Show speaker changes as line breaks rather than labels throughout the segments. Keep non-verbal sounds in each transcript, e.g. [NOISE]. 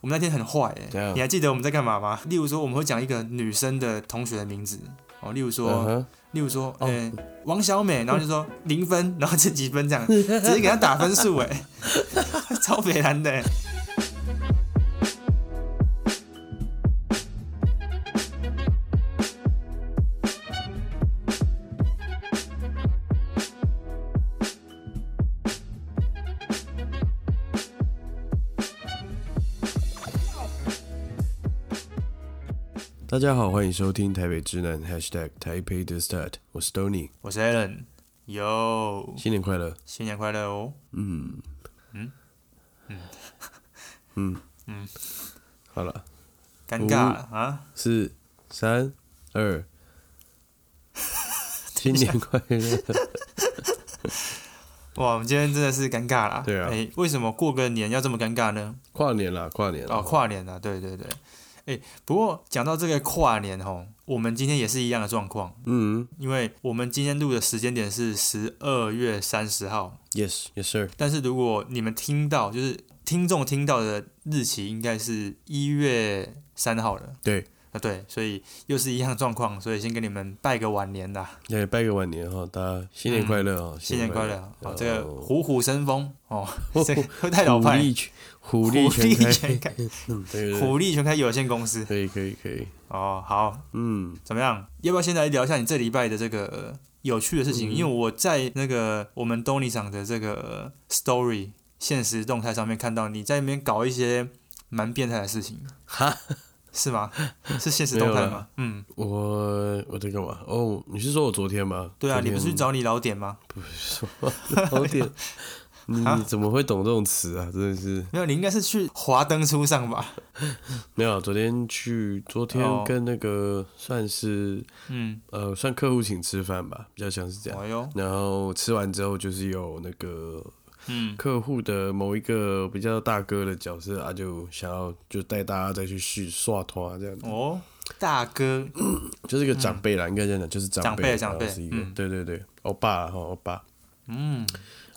我们那天很坏哎、
怎样
你还记得我们在干嘛吗？例如说，我们会讲一个女生的同学的名字哦，例如说
嗯哼，
例如说，呃、王小美，然后就
[LAUGHS]
说零分，然后这几分这样，直接给她打分数，哎， [LAUGHS] 超北蓝的、哎
大家好，欢迎收听台北直男 #hashtag 台北 t h start，我是 Tony，
我是 Allen，哟，
新年快乐。
新年快乐哦！
嗯，
嗯，
嗯，
嗯，
好了，
尴尬
哦
了啊，
四、三、二，新年快乐。
哇，我们今天真的是尴尬啦。
对啊
哎、为什么过个年要这么尴尬呢？
跨年啦，跨年啦
哦，跨年啊，对对对。哎、不过讲到这个跨年吼，我们今天也是一样的状况，
嗯
因为我们今天录的时间点是十二月三十号，
，Yes Yes sir，
但是如果你们听到，就是听众听到的日期应该是一月三号了。
对，
啊对，所以又是一样的状况，所以先跟你们拜个晚年啦，
也拜个晚年哈，大家新年快乐啊，
新年快乐！好，这个
哦
虎虎生风哦，这个太老
虎
派，
力全虎
虎
力
力
全开，
全开，
嗯，对对对，
虎力全开有限公司
可以可以可以，
哦，好，
嗯，
怎么样？要不要先来聊一下你这礼拜的这个、呃有趣的事
嗯
情？因为我在那个我们 Tony 厂的这个、呃 Story 现实动态上面看到你在那边搞一些蛮变态的事情，
哈，
是吗？是现实动
没
态
有
吗
啦？
嗯，
我我在干嘛？哦，你是说我昨天吗？
对啊，
昨
你
天
不是去找你老点吗？
[LAUGHS] 好点，你
啊
你怎么会懂这种词啊？真的是
没有，你应该是去华灯初上吧？
没有啊。昨天去，昨
哦
天跟那个算是
嗯，
呃，算客户请吃饭吧，比较像是这样。
哎呦，
然后吃完之后，就是有那个
嗯，
客户的某一个比较大哥的角色啊，就想要就带大家再去续刷团这样子，
哦，大哥，
就是一个长辈啦，应该这样讲，就是长辈，
长辈
然后是一个
长辈嗯
对对对，欧巴哈，欧巴。
嗯，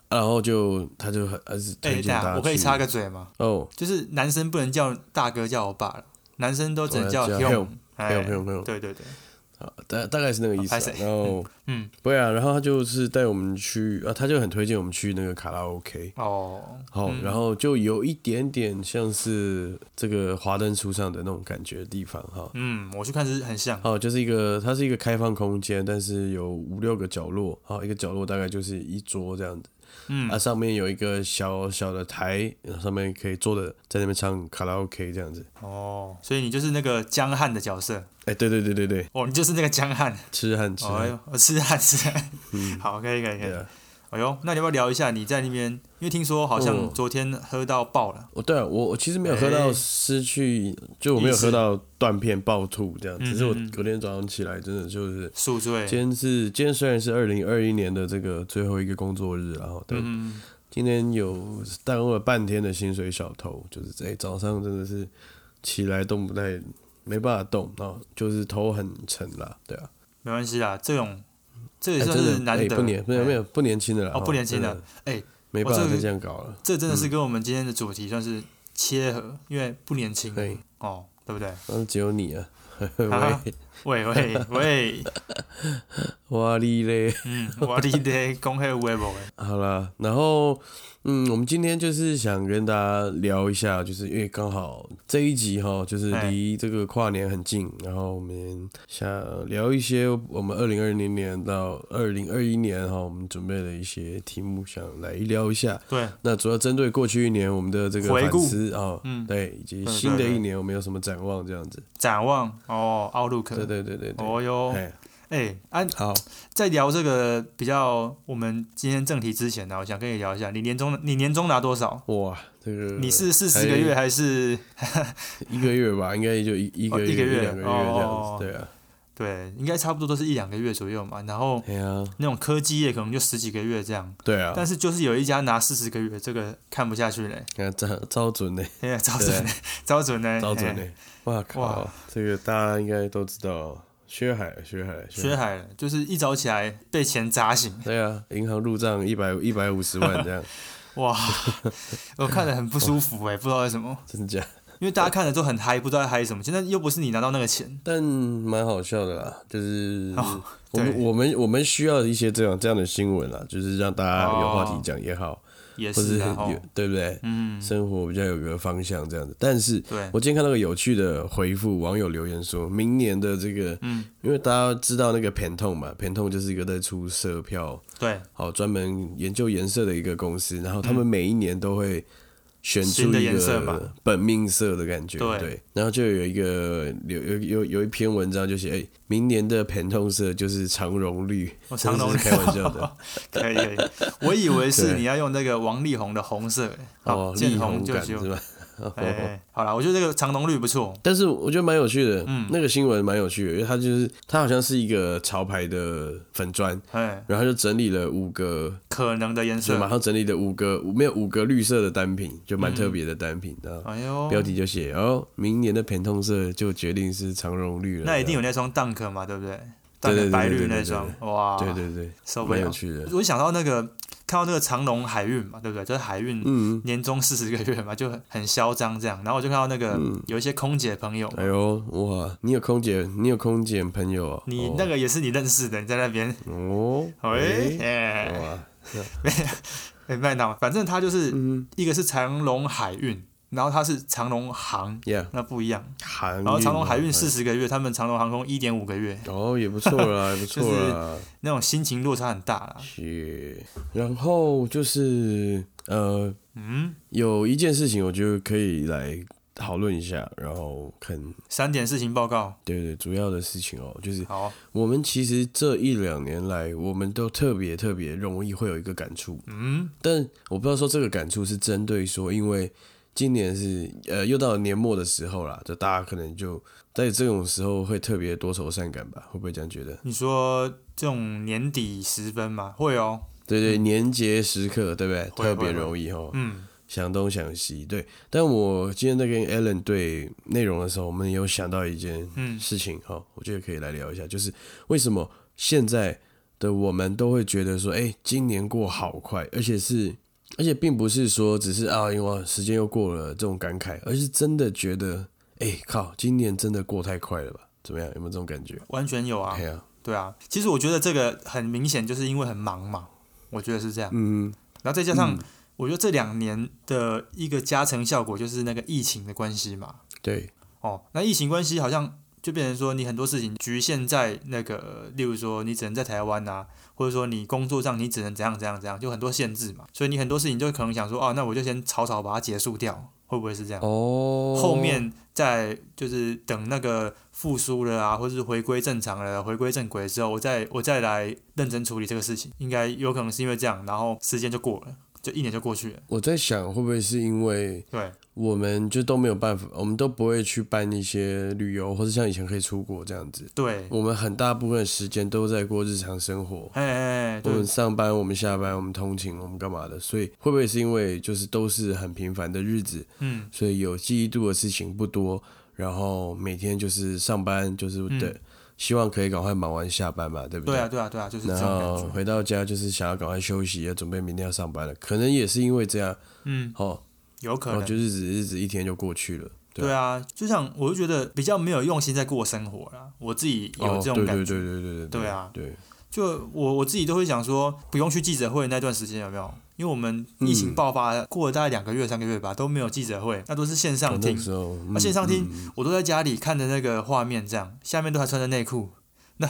然后就他就很还是
哎、
推
这
荐大家
样
去。
我可以插个嘴吗？
哦，
就是男生不能叫大哥，叫我爸了，男生都只能叫
叫
Hyung，
没
哎
有没有没有，
对对对，
啊大大概是那个意思、
拍谁
啊。然后
嗯，
对啊，然后他就是带我们去啊，他就很推荐我们去那个卡拉 OK。
哦，
好、然后就有一点点像是这个华灯初上的那种感觉的地方哈。
嗯，我去看是很像，
哦，就是一个，它是一个开放空间，但是有五六个角落，好，一个角落大概就是一桌这样子，
嗯
啊，上面有一个小小的台，上面可以坐着在那边唱卡拉 OK 这样子，
哦，所以你就是那个江汉的角色，
哎，对对对对对，
哦，你就是那个江汉，
痴汉痴
哦，哎
汉，
呦，哦是汉是汉，好，可以可以可
嗯对
以，
啊，
哎呦，那你要不要聊一下你在那边？因为听说好像
嗯
昨天喝到爆了，
我对啊，我我其实没有喝
哎
到失去，就我没有喝到断片爆吐这样，
嗯
只是我
嗯嗯
隔天早上起来真的就是，
宿醉，
今天是今天虽然是二零二一年的这个最后一个工作日，然后但
嗯，嗯
今天有耽误了半天的薪水小偷，就是在、早上真的是起来动不太没办法动，然后就是头很沉啦，对啊，
没关系啦，这种这也
哎
算
真的
是难
哎
得，
不年没有
哎
没有不年轻的啦，嗯
哦不年轻的
真
哎
没办法
我这
再
个
这样搞了，
这真的是跟我们今天的主题算是切合，因为不年轻
对，
哦，对不对？
但是只有你啊， [LAUGHS] 喂
啊。喂
[LAUGHS]
喂喂，
哇哩嘞。
嗯，我的得公开微博诶，
好啦，然后嗯，我们今天就是想跟大家聊一下，就是因为刚好这一集哈，就是
哎
离这个跨年很近，然后我们想聊一些我们二零二零年到二零二一年哈，我们准备了一些题目，想来聊一下。
对，
那主要针对过去一年我们的这个
回
反
顾
思啊，
嗯
对，以及
对
新的
对对
一年我们有什么展望这样子。
展望哦，Outlook，
对对对对对，
哦哟，
哎，
哎、啊，
好，
在聊这个比较我们今天正题之前呢、我想跟你聊一下，你年终你年终拿多少？
哇，这个
你是四十个月还是？
一个月吧，应该就一一个
哦
月
一个月
两个月
哦
这
哦
样
哦
子，对啊。
对，应该差不多都是一两个月左右嘛。然后
对啊，
那种科技业可能就十几个月这样，
对啊，
但是就是有一家拿四十个月，这个看不下去嘞， [LAUGHS]
看超超准的，
哎，招准嘞，招准 [LAUGHS] 嘞，
超准
哎
的，哇靠
哇，
这个大家应该都知道，薛海，薛海，
学，海了，就是一早起来被钱砸醒，
对啊，银行入账一百一
[LAUGHS]
百五十万这样，
哇，我看得很不舒服哎、不知道为什么。
真假？
因为大家看了都很嗨，不知道在嗨什么。现在又不是你拿到那个钱，
但蛮好笑的啦，就是
哦
我们、
对
我们我们需要一些这样这样的新闻啦，就是让大家有话题讲也好，
也
或
是
有
然后
对不对？
嗯，
生活比较有个方向这样子。但是
对
我今天看到个有趣的回复，网友留言说，明年的这个，嗯，因为大家知道那个 Pantone 嘛，Pantone 就是一个在出色票，
对，
好专门研究颜色的一个公司，然后他们每一年都会选出
新的
一
颜色嘛
个本命色的感觉，
对
对。然后就有一个有有有有一篇文章就写，哎，明年的 Pantone 色就是长绒绿，
我哦长绒
这是开玩笑的，
可以可以。我以为是
对
你要用那个王力宏的红色，欸 [LAUGHS] 好
哦，力
见红
宏
就
感
修
是。吧？哦
哎哎，哎好了，我觉得这个长浓绿不错，
但是我觉得蛮有趣的，
嗯
那个新闻蛮有趣的，因为它就是它好像是一个潮牌的粉砖，
哎，
然后就整理了五个，
可能的颜
就马
色。
上整理了五个，五没有五个绿色的单品，就蛮特别的单品，然后
哎呦，
标题就写哦，明年的偏痛色就决定是长绒绿了，
那一定有
有，
那双 Dunk 嘛，对不对
对
？Dunk
对对
白绿
对对
那
对
双，哇，
对对对，
受不
蛮有
了。
趣的，
我想到那个看到那个长隆海运嘛，对不对？就是海运
嗯，
年终四十个月嘛，就很很嚣张这样。然后我就看到那个、
嗯
有一些空姐朋友，
哎呦哇，你有空姐，你有空姐朋友啊，
你那个也是你认识的，你在那边，
哦，哦
喂、
哎
哎
哇，啊
[LAUGHS] 哎，麦当，反正他就是、
嗯
一个是长隆海运，然后他是长隆航，
，Yeah，
那不一样。
韩运啊，
然后长隆海运四
哎
十个月，他们长隆航空一点五个月，
哦，也不错啦，也
[LAUGHS]
不错啦。
那种心情落差很大啦。
是，然后就是呃，
嗯，
有一件事情，我觉得可以来讨论一下，然后看，
三点事情报告，
对对，主要的事情哦，就是
好，
我们其实这一两年来，我们都特别特别容易会有一个感触，
嗯，
但我不知道说这个感触是针对说，因为今年是呃又到了年末的时候啦，就大家可能就在这种时候会特别多愁善感吧，会不会这样觉得？
你说这种年底时分嘛，会哦，
对对，年节时刻，对不对？
会
特别
会
容易哦。
嗯，
想东想西，对。但我今天在跟 Alan 对内容的时候，我们有想到一件
嗯
事情，哈、我觉得可以来聊一下，就是为什么现在的我们都会觉得说，哎、今年过好快，而且是，而且并不是说只是啊，因为时间又过了这种感慨，而是真的觉得，哎、靠，今年真的过太快了吧？怎么样？有没有这种感觉？
完全有啊
哎，呀、
对啊。其实我觉得这个很明显，就是因为很忙嘛，我觉得是这样。
嗯，
然后再加上，我觉得这两年的一个加成效果，就是那个疫情的关系嘛，
对，
哦，那疫情关系好像就变成说，你很多事情局限在那个，例如说你只能在台湾啊，或者说你工作上你只能怎样怎样怎样，就很多限制嘛。所以你很多事情就可能想说，哦，那我就先草草把它结束掉，会不会是这样？
哦，
啊后面再就是等那个复苏了啊，或者是回归正常了、回归正轨之后，我再我再来认真处理这个事情，应该有可能是因为这样，然后时间就过了，就一年就过去了。
我在想，会不会是因为
对，
我们就都没有办法，我们都不会去办一些旅游，或者像以前可以出国这样子。
对，
我们很大部分的时间都在过日常生活，
哎哎，哎
我
对
们，上班，我们下班，我们通勤，我们干嘛的？所以会不会是因为就是都是很平凡的日子，
嗯，
所以有记忆度的事情不多，然后每天就是上班，就是
嗯
对，希望可以赶快忙完下班嘛，对不
对啊，对啊，对啊，就是这
然
种感
后
觉。
回到家就是想要赶快休息，要准备明天要上班了。可能也是因为这样，
嗯，
哦，
有可
然后
能。
就日子日子一天就过去了。对啊
对啊，就像我就觉得比较没有用心在过生活啦，我自己有这种感觉。
哦、对对对对对对
对啊
对，
就我我自己都会想说，不用去记者会那段时间有没有？因为我们疫情
嗯
爆发、过了大概两个月、三个月吧，都没有记者会，那都是线上
哦
听
那，时候，
啊线上听
嗯嗯
我都在家里看着那个画面，这样下面都还穿着内裤， [LAUGHS] 那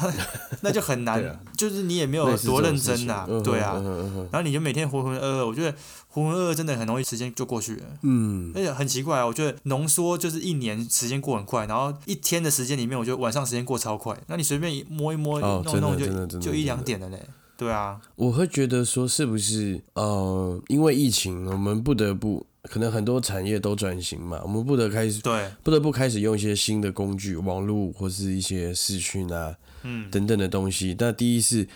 那就很难，
[LAUGHS] 对啊
就是你也没
类
有
似
多
这种
认
事
真
情
呐、
嗯哼
对啊。
嗯哼嗯哼
然后你就每天浑浑噩噩，我觉得浑浑噩噩真的很容易时间就过去了。
嗯，
而且很奇怪啊，我觉得浓缩就是一年时间过很快，然后一天的时间里面，我觉得晚上时间过超快。那你随便一摸一摸、
哦
弄一弄
真的真的
就
真的
就一两
真的
点了嘞。对啊，
我会觉得说是不是呃，因为疫情，我们不得不可能很多产业都转型嘛，我们不得开始
对，
不得不开始用一些新的工具，网络或是一些视讯啊
嗯，
等等的东西。那第一是。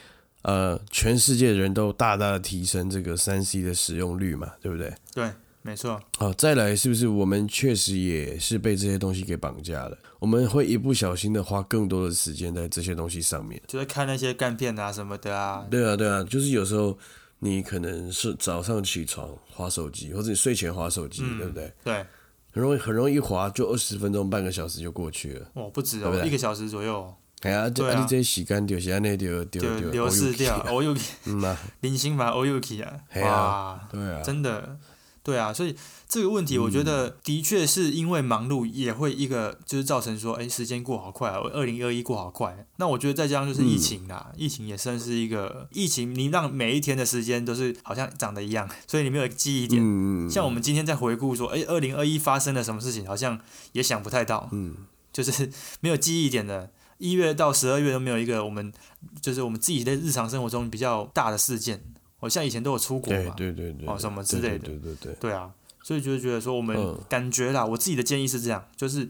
呃，全世界的人都大大的提升这个三 C 的使用率嘛，对不对？
对，没错，
好，再来是不是我们确实也是被这些东西给绑架了？我们会一不小心的花更多的时间在这些东西上面。
就是看那些干片啊什么的啊，
对啊，对啊，就是有时候
嗯
你可能是早上起床划手机，或者你睡前划手机，对不对？
对，
很容易很容易一滑就二十分钟半个小时就过去了。
哇，不止
对不
哦，
对
一个小时左右
哎呀，就
对啊
啊你这些洗干丢，洗干那丢丢
就
丢，
流逝掉
哦
o u k
嗯呐，
[LAUGHS] 零星吧 o u k 啊，
嘿
哇，
对啊，嗯
真的，对啊，所以这个问题，我觉得的确是因为忙碌也会一个就是造成说，哎，时间过好快啊，二零二一过好快。那我觉得再加上就是疫情啦，
嗯
疫情也算是一个疫情，你让每一天的时间都是好像长得一样， [LAUGHS] 所以你没有记忆点。
嗯嗯，
像我们今天在回顾说，哎，二零二一发生了什么事情，好像也想不太到，
嗯，
就是没有记忆点的。一月到十二月都没有一个我们，就是我们自己在日常生活中比较大的事件。我、像以前都有出国
对
嘛，
对对对，
哦什么之类的
对对对对，
对啊，所以就是觉得说我们
嗯
感觉啦，我自己的建议是这样，就是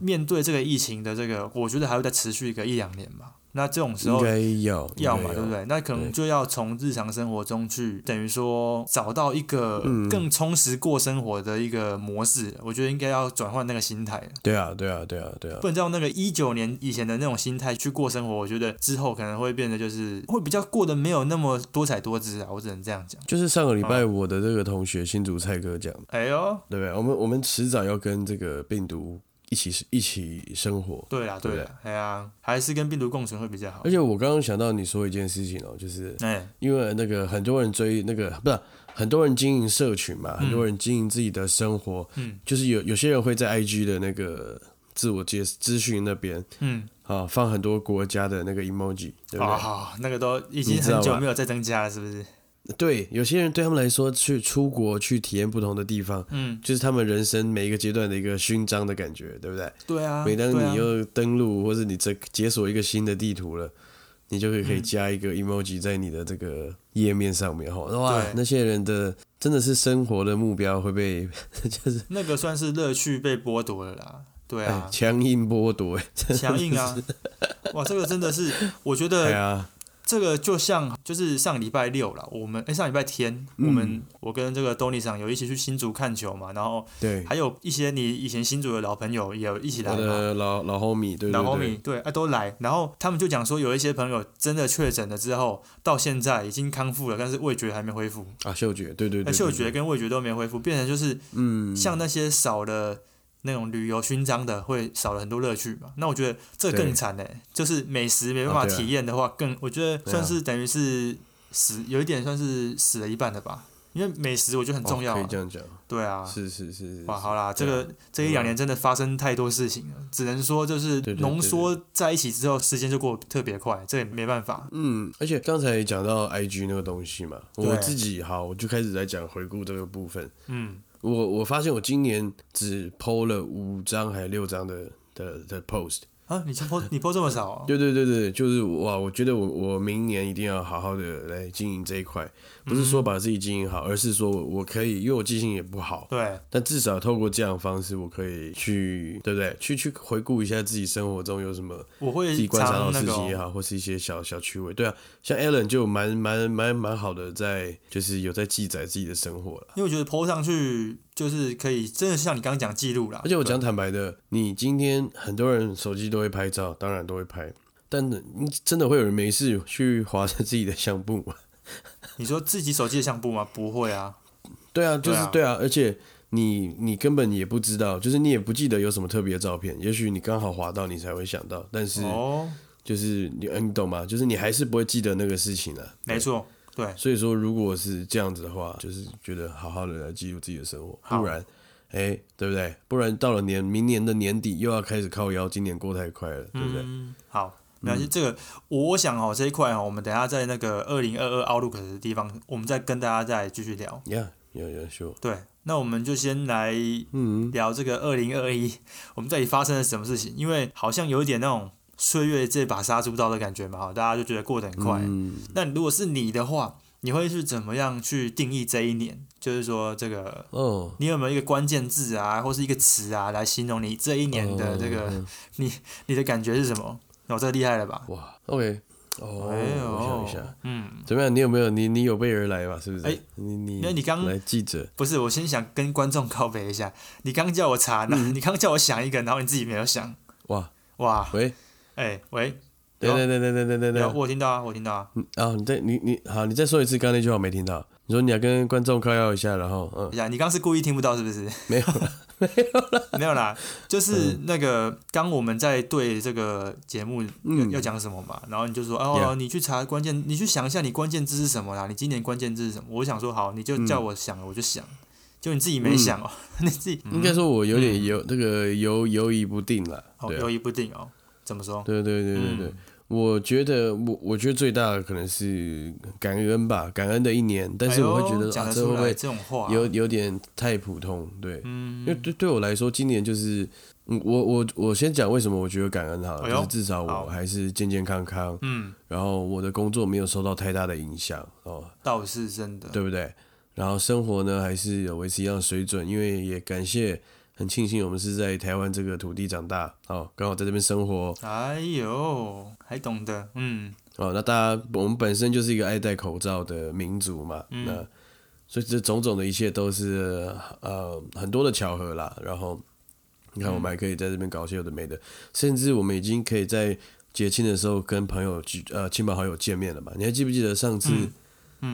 面对这个疫情的这个，我觉得还会再持续个一两年吧。那这种时
应
候
该要
要嘛，对不？对？那可能
对
就要从日常生活中去，等于说找到一个
嗯
更充实过生活的一个模式。我觉得应该要转换那个心态，
对啊对啊对啊对啊
不，能再用那个一九年以前的那种心态去过生活。我觉得之后可能会变得就是会比较过得没有那么多彩多姿啊，我只能这样讲。
就是上个礼拜我的这个同学新竹蔡哥讲，
哎呦，
对不对？我们我们迟早要跟这个病毒一起一起生活，
对啦，
对哎
对
不
啦，哎呀，还是跟病毒共存会比较好
而。且我刚刚想到你说一件事情哦，就是
哎，
因为那个很多人追那个不是很多人经营社群嘛，很多人经营自己的生活，
嗯，
就是有有些人会在 IG 的那个自我介资讯那边
嗯，
啊放很多国家的那个 emoji，对不对？
好好，那个都已经
你知道
很久
吧
没有再增加了，是不是？
对，有些人对他们来说，去出国去体验不同的地方，
嗯，
就是他们人生每一个阶段的一个勋章的感觉，对不对？
对啊。
每当
对啊
你又登录或者你这解锁一个新的地图了，你就可以
嗯
可以加一个 emoji 在你的这个页面上面哈。哇
对，
那些人的真的是生活的目标会被
那个算是乐趣被剥夺了啦。对
哎
啊，
[LAUGHS] 强硬
[LAUGHS]
剥夺。
强硬啊！ [LAUGHS] 哇，这个真的是，我觉
哎
得
呀，
这个就像就是上礼拜六了，我们哎、上礼拜天，我
嗯
们我跟这个 Tony 上有一起去新竹看球嘛，然后
对，
还有一些你以前新竹的老朋友也有一起来
我
嘛。
的老老 homie，对对
老红
对
米，对啊都来，然后他们就讲说有一些朋友真的确诊了之后，到现在已经康复了，但是味觉还没恢复。
啊，嗅觉，对对对，
那嗅
对
哎觉，跟味觉都没恢复，变成就是
嗯，
像那些少了那种旅游勋章的，会少了很多乐趣嘛。那我觉得这更
对
惨呢、就是美食没办
啊
法
对啊
体验的话，更我觉得
对啊
算是等于是死，有一点算是死了一半的吧。因为美食我觉得很重要、
哦可
啊
以这样讲，
对啊。
是是是是，
哇，好啦，这
对啊
个这一两年真的发生太多事情了，只能说就是
对对对
浓缩在一起之后，时间就过得特别快，这也没办法。
嗯，而且刚才讲到 IG 那个东西嘛，
对
我自己好，我就开始来讲回顾这个部分。
嗯，
我我发现我今年只 PO 了五张还六张的的的 post。
啊，你播你播这么少、哦，
对对对对，就是哇，我觉得我我明年一定要好好的来经营这一块，不是说把自己经营好，而是说我我可以，因为我记性也不好，
对，
但至少透过这样的方式，我可以去对不对？去去回顾一下自己生活中有什么
我会
自己啊观察
常
到
那
事
个
情
哦
也好，或是一些小小趣味，对啊，像 Alan 就蛮蛮蛮蛮好的在，就是有在记载自己的生活了。
因为我觉得 PO 上去就是可以，真的是像你刚刚讲记录啦
而。且我讲坦白的，你今天很多人手机都会拍照，当然都会拍，但你真的会有人没事去划着自己的相簿
[LAUGHS]
吗？
你说自己手机的相簿吗？不会啊，
对啊，就是
对啊
对啊，而且你你根本也不知道，就是你也不记得有什么特别的照片，也许你刚好划到你才会想到，但是
哦，
就是你、呃你懂吗？就是你还是不会记得那个事情啊。
没错，对，
所以说，如果是这样子的话，就是觉得好好的来记录自己的生活，
好
不然，哎、对不对？不然到了年明年的年底又要开始靠腰，今年过太快了，对不对？
嗯，好，没关系。这个我我想哦，这一块哦，我们等一下在那个二零二二 Outlook 的地方，我们再跟大家再继续聊。
呀呀呀，秀，
对，那我们就先来
嗯，
聊这个二零二一， [LAUGHS] 我们到底发生了什么事情？因为好像有一点那种岁月这把杀猪刀的感觉嘛，哈，大家就觉得过得很快。
嗯，
那如果是你的话，你会是怎么样去定义这一年？就是说，这个
哦，
你有没有一个关键字啊，或是一个词啊，来形容你这一年的这个、
嗯
[LAUGHS] 你的感觉是什么？哦，这个厉害了吧？
哇，OK，哦，
哎呦
我想一下，，
嗯，
怎么样？你有没有你你有备而来吧？是不是？
哎
你你
因为你刚
来记者，
不是，我先想跟观众告白一下，你刚叫我查，那、
嗯
你刚叫我想一个，然后你自己没有想，
哇，
哇，
喂，
哎、喂，
等等等等等等等
啊有
等，
我有听到啊，我有听到啊，
嗯啊，你再你你好，你再说一次刚刚那句话我没听到，你说你要跟观众靠腰一下，然后嗯
等一。下，你刚是故意听不到是不是？
没有了，
[LAUGHS]
嗯
没有啦，就是那个刚我们在对这个节目要、要讲什么嘛，然后你就说哦
嗯 Yeah
你去查关键，你去想一下你关键字是什么啦，你今年关键字是什么？我想说好，你
嗯
就叫我想了，我就想，就你自己没想哦， [LAUGHS] 你自己、
应该说我有
嗯
点犹这个犹犹疑不定啦。
哦
对啊
犹疑不定哦，怎么说？
对对对对对
嗯，
我觉得我我觉得最大的可能是感恩吧，感恩的一年，但是我会觉
哎呦
得
讲
啊，
得
这
出
会不
来
会
这种话，
有有点太普通？对，
嗯
因为对对我来说，今年就是嗯我我我先讲为什么我觉得感恩好
哎呦
了，就是至少
好
我还是健健康康，
嗯，
然后我的工作没有受到太大的影响哦，
倒是真的，
对不对？然后生活呢还是有维持一样的水准，因为也感谢很庆幸我们是在台湾这个土地长大哦，刚好在这边生活
哎呦，还懂得，嗯，
哦。那大家我们本身就是一个爱戴口罩的民族嘛，
嗯
那所以这种种的一切都是呃很多的巧合啦。然后你看我们还可以在这边搞些有的没的，甚至我们已经可以在节庆的时候跟朋友聚呃亲朋好友见面了嘛。你还记不记得上次？
嗯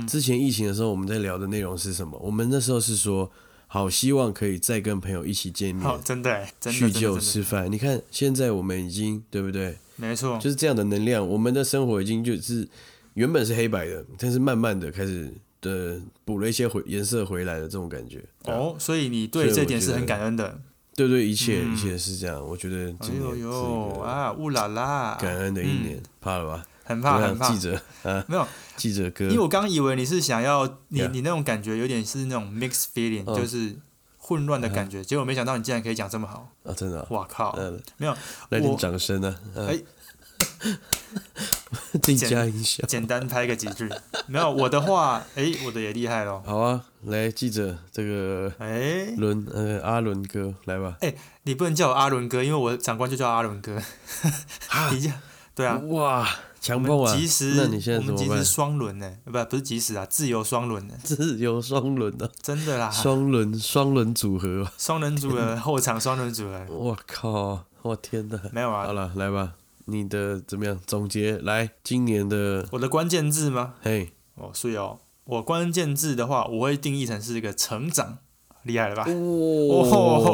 之前疫情的时候，我们在聊的内容是什么？我们那时候是说，好希望可以再跟朋友一起见
好，
面，
真的哎，真的
嗯叙
真的
旧
真的，
吃饭。你看，现在我们已经对不对？
没错，
就是这样的能量，我们的生活已经就是原本是黑白的，但是慢慢的开始的补了一些回颜色回来的这种感觉。对啊，
哦，所以你对
所以
这
我
点是
觉
很
得
感恩的。
对对，一切、
嗯
一切是这样。我觉得
哎
今年
呦
是一
呦
个
啊，乌啦啦，
感恩的一年，怕了吧？
很怕
怎
很
么样
怕
记。者啊，
没有，
记者哥，
因为我刚以为你是想要你
Yeah
你那种感觉有点是那种 mixed feeling，
嗯
就是混乱的感
Uh-huh
觉，结果没想到你竟然可以讲这么好，
啊，真的啊、
哇靠！
嗯，
没有，
来
我
点掌声呢、啊！
哎
哎、 [LAUGHS] 自己加音效。
[LAUGHS] 简单拍个几句。没有我的话， [LAUGHS] 哎，我的也厉害咯。
好啊，来记者这个
哎，
伦呃阿伦哥来吧。
你不能叫我阿伦哥，因为我长官就叫阿伦哥。 [LAUGHS] 你这样对啊，
哇，强
我
暴
们
啊！
及时，
那你现
我
在怎
们及
么
时
办？
双轮呢？不不是及时啊，自由双轮呢，
[LAUGHS] 自由双轮啊，
真的啦，
双轮双轮组合啊，
双人组合后场双人组合
我靠，我天哪！
没有啊
嗯好，了，来吧，你的怎么样？总结来今年的
我的关键字吗？
嘿，
哦，所以哦，我关键字的话，我会定义成是一个成长，厉害了吧？哦，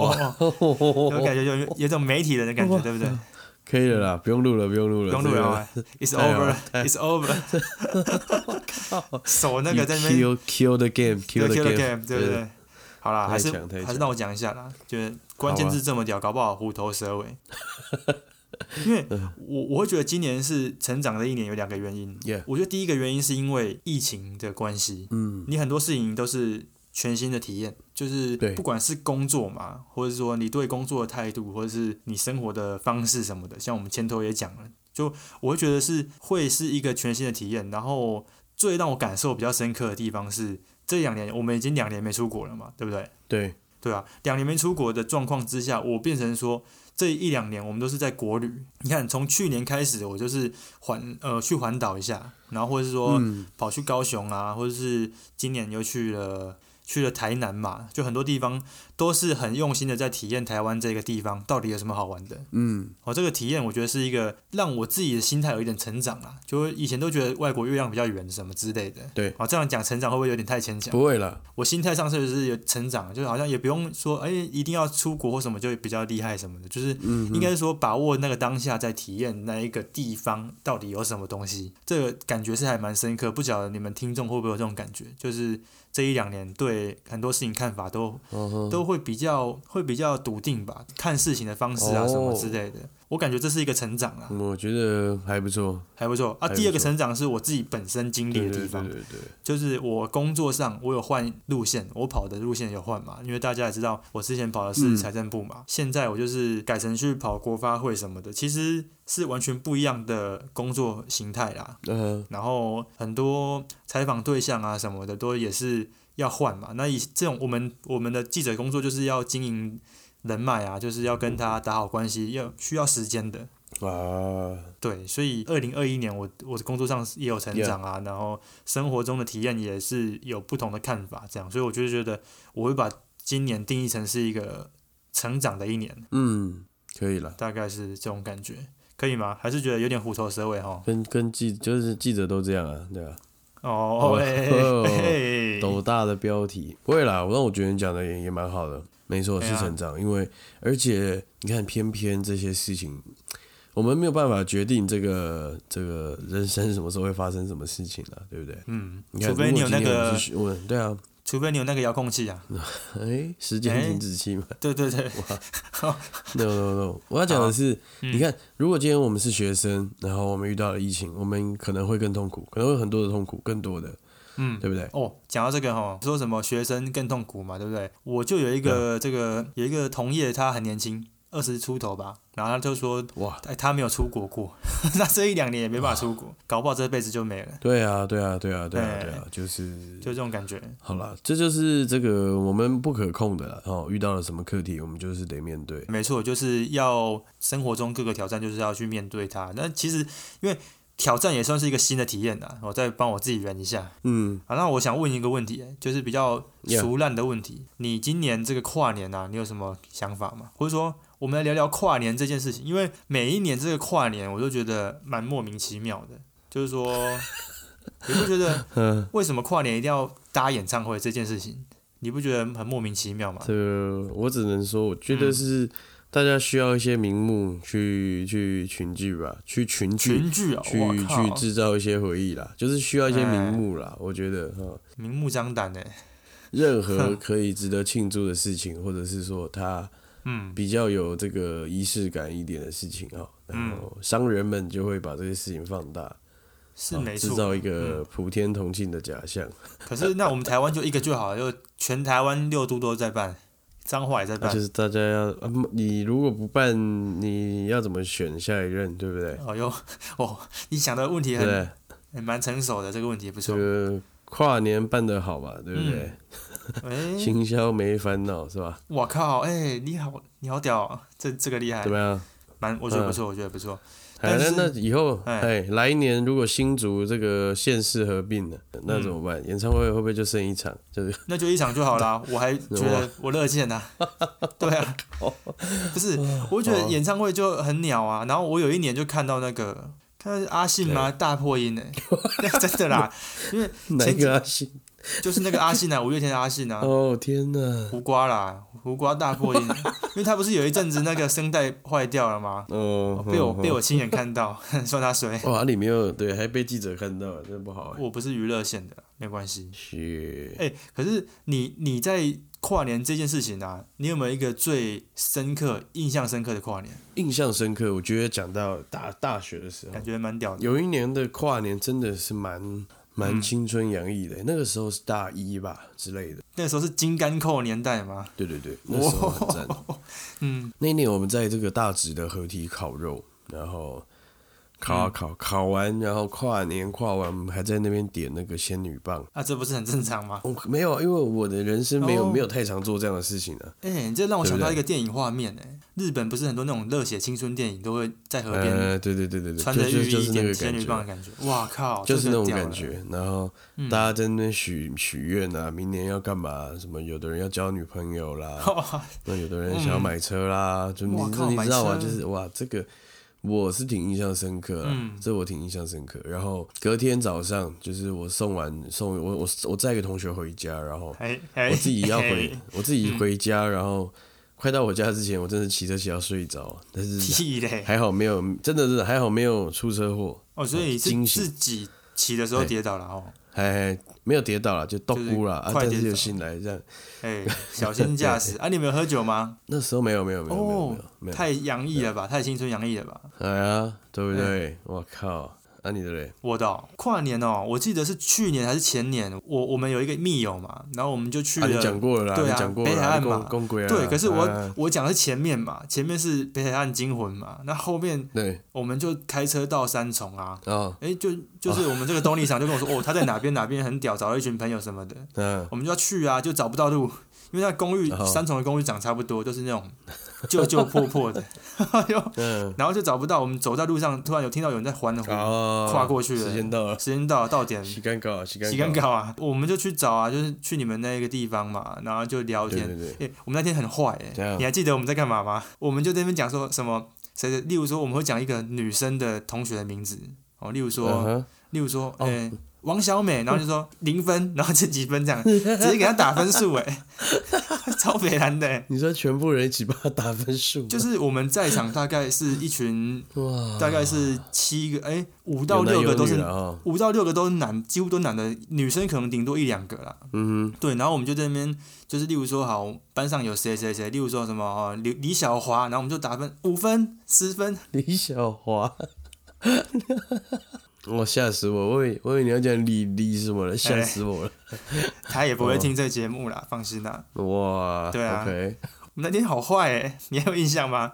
有感觉有有种媒体人的感
哦
觉，
[LAUGHS]
对不对？
可以了啦，不用录了，不用录
不
了，
用录了啊，It's
太好
over,
了
It's over。手
[LAUGHS]
那个在那边
kill kill the game，kill
kill the
game，
game，对不对？好啦，
太
还是
强太强啊
还是让我讲一下啦，就是关键字这么屌，搞不好虎头蛇尾。因为
嗯
我我会觉得今年是成长的一年，有两个原因。
Yeah
我觉得第一个原因是因为疫情的关系，
嗯，
你很多事情都是全新的体验，就是
对
不管是工作嘛，或者说你对工作的态度，或者是你生活的方式什么的，像我们前头也讲了，就我会觉得是会是一个全新的体验。然后最让我感受比较深刻的地方是，这两年我们已经两年没出国了嘛，对不对？
对，
对啊，两年没出国的状况之下，我变成说这一两年我们都是在国旅。你看，从去年开始，我就是环呃去环岛一下，然后或者是说
嗯
跑去高雄啊，或者是今年又去了去了台南嘛，就很多地方都是很用心的在体验台湾这个地方到底有什么好玩的。
嗯，
哦，这个体验我觉得是一个让我自己的心态有一点成长啦，就以前都觉得外国月亮比较圆什么之类的。
对
哦，这样讲成长会不会有点太牵强？
不会啦，
我心态上确实是有成长，就是好像也不用说，哎、一定要出国或什么就比较厉害什么的，就是
嗯
应该是说把握那个当下，在体验那一个地方到底有什么东西，这个感觉是还蛮深刻。不晓得你们听众会不会有这种感觉，就是这一两年对很多事情看法都
嗯
都会比较会比较笃定吧，看事情的方式啊
哦
什么之类的，我感觉这是一个成长啊，
我觉得还不错，
还不错啊。
还不错
第二个成长是我自己本身经历
对
的地
对
方
对，对对，
就是我工作上我有换路线，我跑的路线有换嘛，因为大家也知道我之前跑的是财政部嘛，现在我就是改成去跑国发会什么的，其实是完全不一样的工作形态啦。
嗯，
然后很多采访对象啊什么的都也是要换嘛。那以这种我们我们的记者工作就是要经营人脉啊，就是要跟他打好关系，要需要时间的。
啊，
对，所以二零二一年我我的工作上也有成长啊然后生活中的体验也是有不同的看法，这样，所以我就觉得我会把今年定义成是一个成长的一年，
嗯，可以了。
大概是这种感觉，可以吗？还是觉得有点虎头蛇尾哈？
跟跟记就是记者都这样啊，对啊，
哦，
哦
哎哎哎
斗大的标题不会啦，我让我觉得你讲的也也蛮好的，没错，
对
是
啊
成长，因为而且你看，偏偏这些事情，我们没有办法决定这个这个人生什么时候会发生什么事情啊了，对不对？
嗯，
你看，
除非你有那个，
我对啊，
除非你有那个遥控器啊。
哎、时间
哎
停止器嘛、
对对对，
n o No No，我要讲的是，
嗯
你看，如果今天我们是学生，然后我们遇到了疫情，我们可能会更痛苦，可能会有很多的痛苦，更多的，
嗯，
对不对？
哦，讲到这个哈，说什么学生更痛苦嘛，对不对？我就有一个这个有一个同业，他很年轻，二十出头吧，然后他就说，
哇，
哎，他没有出国过， [LAUGHS] 那这一两年也没办法出国，搞不好这辈子就没了，
对啊，对啊，对啊，对啊，
哎
对啊，就是
就这种感觉。
好啦，这就是这个我们不可控的了哦。遇到了什么课题，我们就是得面对。
没错，就是要生活中各个挑战，就是要去面对它。那其实因为挑战也算是一个新的体验啦，我再帮我自己圆一下。
嗯，
啊，那我想问一个问题，欸就是比较
Yeah
俗烂的问题。你今年这个跨年啊，你有什么想法吗？或者说，我们来聊聊跨年这件事情，因为每一年这个跨年，我都觉得蛮莫名其妙的。就是
[LAUGHS]
说，你不觉
嗯
得为什么跨年一定要搭演唱会这件事情？你不觉得很莫名其妙吗？
这个我只能说，我觉
嗯
得是大家需要一些名目去去群聚吧，去群聚，
群聚啊，
去
我靠哎
去制造一些回忆啦，就是需要一些名目啦。我觉得哈，哦
明目张胆欸的，
任何可以值得庆祝的事情，或者是说它
嗯，
比较有这个仪式感一点的事情哈，
嗯
然后商人们就会把这些事情放大，
是
哦
没
制
错。嗯
造一个普天同庆的假象。
可是那我们台湾就一个就好了，就全台湾六都都在办，彰化也在
那
办
就。是大家要，啊不你如果不办，你要怎么选下一任，对不对？
哦哟， [LAUGHS] 哦，你想的问题
对不
很
对？
很蛮成熟的，这个问题也不
这
错。
个跨年办得好吧，对不对？
哎，
行销没烦恼是吧？
我靠，哎，你好，你好屌哦，这这个厉害
怎，么样？
蛮我觉
嗯
得不错，我觉得不错。
哎，
但
那
是
那以后，
哎
哎，来年如果新竹这个县市合并了，那怎么
嗯
办？演唱会会不会就剩一场？
[LAUGHS]
就是
那就一场就好啦，我
[LAUGHS]
还觉得我乐见呐。对啊，不是，我觉得演唱会就很鸟啊。然后我有一年就看到那个，看到阿信吗？大破音
[LAUGHS]
呢、那 [LAUGHS] 真的啦，因为
哪一个阿信？
就是那个阿信啊，五月天的阿信啊，
哦天哪！
胡瓜啦，胡瓜大破音，啊因为他不是有一阵子那个声带坏掉了吗？
哦，
[LAUGHS] 被我
哼
被我亲眼看到， [LAUGHS] 算他衰，
哇，你没有对，还被记者看到，真不好哎。
我不是娱乐线的，没关系。
是，
哎、可是你你在跨年这件事情啊，你有没有一个最深刻、印象深刻的跨年？
印象深刻。我觉得讲到大大学的时候
感，觉蛮屌的。
有一年的跨年真的是蛮
嗯
蛮青春洋溢的、欸那个时候是大一吧之类的。
那时候是金干扣年代吗？
对对对，那时候很赞。
[LAUGHS] 嗯，
那一年我们在这个大直的合体烤肉，然后烤
嗯
啊烤，烤完然后跨年跨完，我们还在那边点那个仙女棒。
啊，这不是很正常吗？
我没有，因为我的人生没有、
哦
没有太常做这样的事情啊。
哎、你这让我
对不
想到
对
一个电影画面、哎，日本不是很多那种热血青春电影都会在河边
呃，对对对对对，
穿
就
着
就
浴
就
衣
是那
点
个
仙
感
女棒的
觉，
感觉。哇靠，
就是那种
这个屌
感
了。
觉。然后
嗯
大家在那边许许愿啊，明年要干嘛？什么有的人要交女朋友
[LAUGHS]
啦，那有的人想要买车啦，就你
嗯哇
这
靠
你
买
知道吗？
车
就是哇，这个我是挺印象深刻啦，
嗯
这我挺印象深刻。然后隔天早上，就是我送完送我我我载一个同学回家，然后
哎哎，
我自己
[LAUGHS]
要回
哎
我自己回家，然后快到我家之前，我真的骑车骑到睡着，
[LAUGHS]
但是
屁嘞！
还好没有，真的是还好没有出车祸，
哦，所以是
惊喜
自己骑的时候跌倒了哦。
还哎没有跌倒了，就倒哭了啊，
快
但
跌
是就
倒
醒来这样。 [LAUGHS]
哎，小心驾驶啊！你们有喝酒吗？
那时候没有没有没有没有没有
哦
没，有，
太洋溢了吧，太青春洋溢了吧！
哎呀，对不
哎
对？我靠，啊你的嘞，
我的哦跨年哦，我记得是去年还是前年，我我们有一个密友嘛，然后我们就去
啊你
了。
讲过了啦，
对啊
你讲过了
北海
啦，
岸
你
嘛
公公鬼啊，
对，可是我、
啊
我讲的是前面嘛，前面是北海岸惊魂嘛，那后面
对
我们就开车到三重啊，
啊
哎，就就是我们这个东立厂就跟我说，哦，他在哪边哪边很屌，找了一群朋友什么的，
嗯
我们就要去啊，就找不到路，因为那公寓
哦
三重的公寓长差不多，就是那种旧旧破破的， [LAUGHS] 哎呦
嗯
然后就找不到。我们走在路上，突然有听到有人在欢呼，
啊，
跨过去了
时间到了，
时间到了，到点，
洗干搞，洗干
洗干，搞啊！我们就去找啊，就是去你们那个地方嘛，然后就聊
对
天。
对对，
哎、我们那天很坏哎、
怎样
你还记得我们在干嘛吗？我们就在那边讲说什么谁的，例如说我们会讲一个女生的同学的名字哦，例如说，
嗯哼
例如说，哎、
[LAUGHS]
王小美，然后就说零分，然后这几分这样，直接给她打分数哎、 [LAUGHS] 超北蓝的欸。
你说全部人一起帮他打分数吗，
就是我们在场大概是一群，
哇，
大概是七个，哎、五到
啊有男
六个
有
都
女
是
了哦，
五到六个都是男，几乎都男的，女生可能顶多一两个啦。
嗯哼，
对，然后我们就在那边，就是例如说，好，班上有谁谁谁，例如说什么哦李李小华，然后我们就打分五分、十分，
李小 [LAUGHS] 华，我吓死我，我以我以为你要讲李李什
哎
么了，吓死我了，
他也不
哦
会听这节目啦，放心啦。
哇，
对啊
o [LAUGHS] k
我们那天好坏哎、你还有印象吗？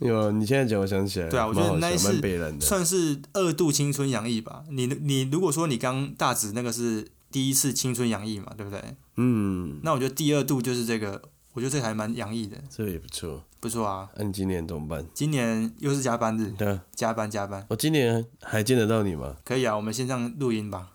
有你现在讲我想起来了，
对啊我觉
蛮
得
好
那一
笑
次
蛮北蓝的，
算是二度青春洋溢吧。你你如果说你刚大指那个是第一次青春洋溢嘛，对不对？
嗯，
那我觉得第二度就是这个，我觉得这个还蛮洋溢的，
这个也不错，
不错啊。
那、你今年怎么办？
今年又是加班日，
对啊，
加班加班，
我今年还见得到你吗？
可以啊，我们线上录音吧。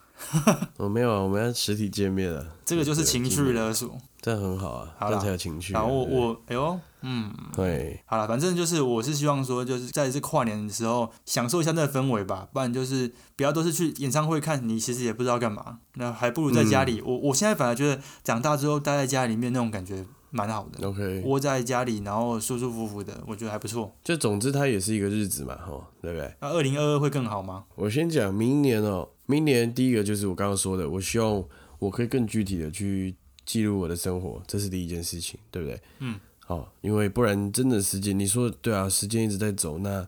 我、没有啊，我们要实体见面了，
这个就是情绪勒索。
这样很好啊，
好啦
这样才有情趣啊、
然后我
对不对
我哎呦，嗯，
对，
好了，反正就是我是希望说，就是在这跨年的时候享受一下那个氛围吧，不然就是不要都是去演唱会看，你其实也不知道干嘛，那还不如在家
嗯
里。我我现在反而觉得长大之后待在家里面那种感觉蛮好的，
OK，
窝在家里然后舒舒服服的，我觉得还不错。
就总之它也是一个日子嘛，吼，对不对？
那二零二二会更好吗？
我先讲明年哦，明年第一个就是我刚刚说的，我希望我可以更具体的去记录我的生活，这是第一件事情，对不对？
嗯，
好，因为不然真的时间，你说对啊，时间一直在走，那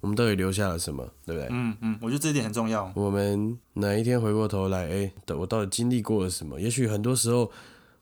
我们到底留下了什么，对不对？
嗯嗯，我觉得这一点很重要。
我们哪一天回过头来，哎，我到底经历过了什么？也许很多时候，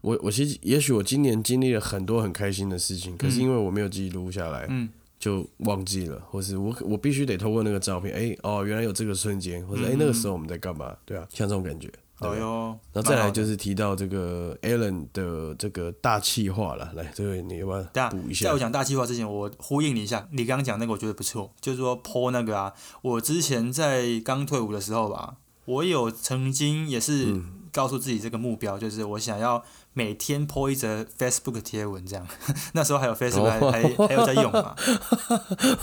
我我其实，也许我今年经历了很多很开心的事情，可是因为我没有记录下来，
嗯，
就忘记了，或是我我必须得透过那个照片，哎、哦，原来有这个瞬间，或者哎、
嗯
那个时候我们在干嘛？对啊，像这种感觉。
好哟，
然后
哦哎蛮
再来
好的
就是提到这个 Alan 的这个大气化了，来，这个你要不
等下
要补
啊
一
在
下
我？讲大计划之前，我呼应你一下，你刚刚讲那个我觉得不错，就是说 PO 那个啊，我之前在刚退伍的时候吧，我有曾经也是
嗯
告诉自己这个目标，就是我想要每天 PO 一则 Facebook 贴文这样。 [LAUGHS] 那时候还
哦
有 Facebook 还、还还有在用嘛？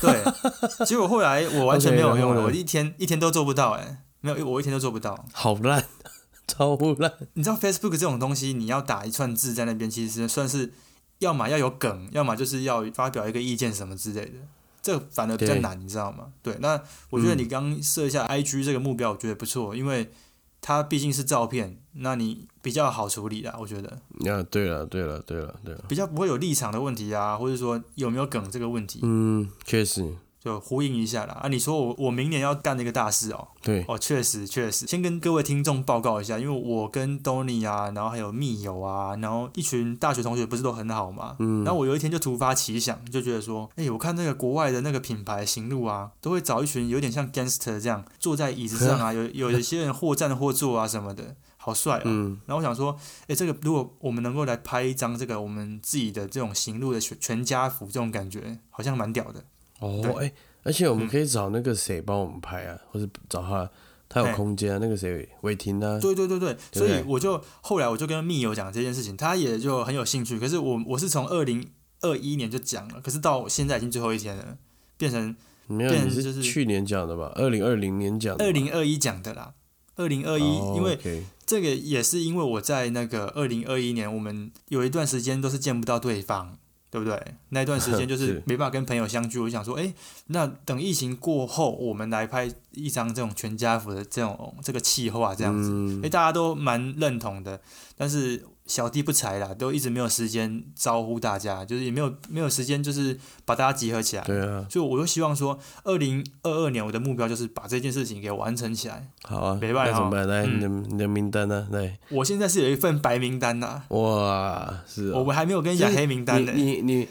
对，结果后来我完全没有
OK，
用
然
了，
后呢
我一天一天都做不到哎、没有，我一天都做不到。
好烂， [LAUGHS] 超烂，
你知道 Facebook 这种东西，你要打一串字在那边，其实算是要么要有梗，要么就是要发表一个意见什么之类的，这反而比较
对
难，你知道吗？对，那我觉得你刚设一下 IG 这个目标，我觉得不错，因为它毕竟是照片，那你比较好处理啦，我觉得
啊，对了，对了，对了，对了，
比较不会有立场的问题啊，或者说有没有梗这个问题，
嗯，确实，
就呼应一下啦。啊，你说我我明年要干那个大事哦，
对，
哦，确实确实，先跟各位听众报告一下，因为我跟 Tony 啊，然后还有密友啊，然后一群大学同学不是都很好嘛，嗯，然后我有一天就突发奇想，就觉得说，哎，我看那个国外的那个品牌行路啊，都会找一群有点像 gangster 这样坐在椅子
[LAUGHS]
上啊，有有有些人或站或坐啊什么的，好帅哦。
嗯，
然后我想说，哎，这个如果我们能够来拍一张这个我们自己的这种行路的全全家福，这种感觉好像蛮屌的。
哦，
对嗯
哎、而且我们可以找那个谁帮我们拍啊，或者找他，他有
哎
空间啊，那个谁伟霆啊，
对对对对，
对
所以
不对
我就后来我就跟密友讲这件事情，他也就很有兴趣。可是我我是从二零二一年就讲了，可是到现在已经最后一天了，变成
没有，
变
你
就是
是去年讲的吧？二零二零年讲的吧，
二零二一讲的啦。二零二一，
哦
因为
OK
这个也是因为我在那个二零二一年，我们有一段时间都是见不到对方，对不对？那一段时间就是
[LAUGHS] 是
没办法跟朋友相聚。我就想说，哎，那等疫情过后，我们来拍一张这种全家福的这种这个气划，这样子。
嗯
因为大家都蛮认同的，但是小弟不才啦，都一直没有时间招呼大家，就是也没有没有时间，就是把大家集合起来。
对啊，
所以我就希望说，二零二二年我的目标就是把这件事情给完成起来。
好啊，
没办法
那怎么办？来，
嗯
你的你的名单呢？来，
我现在是有一份白名单呐、
哇，是
我
哦。
们还没有跟你讲黑名单呢、
你你
[LAUGHS]
你，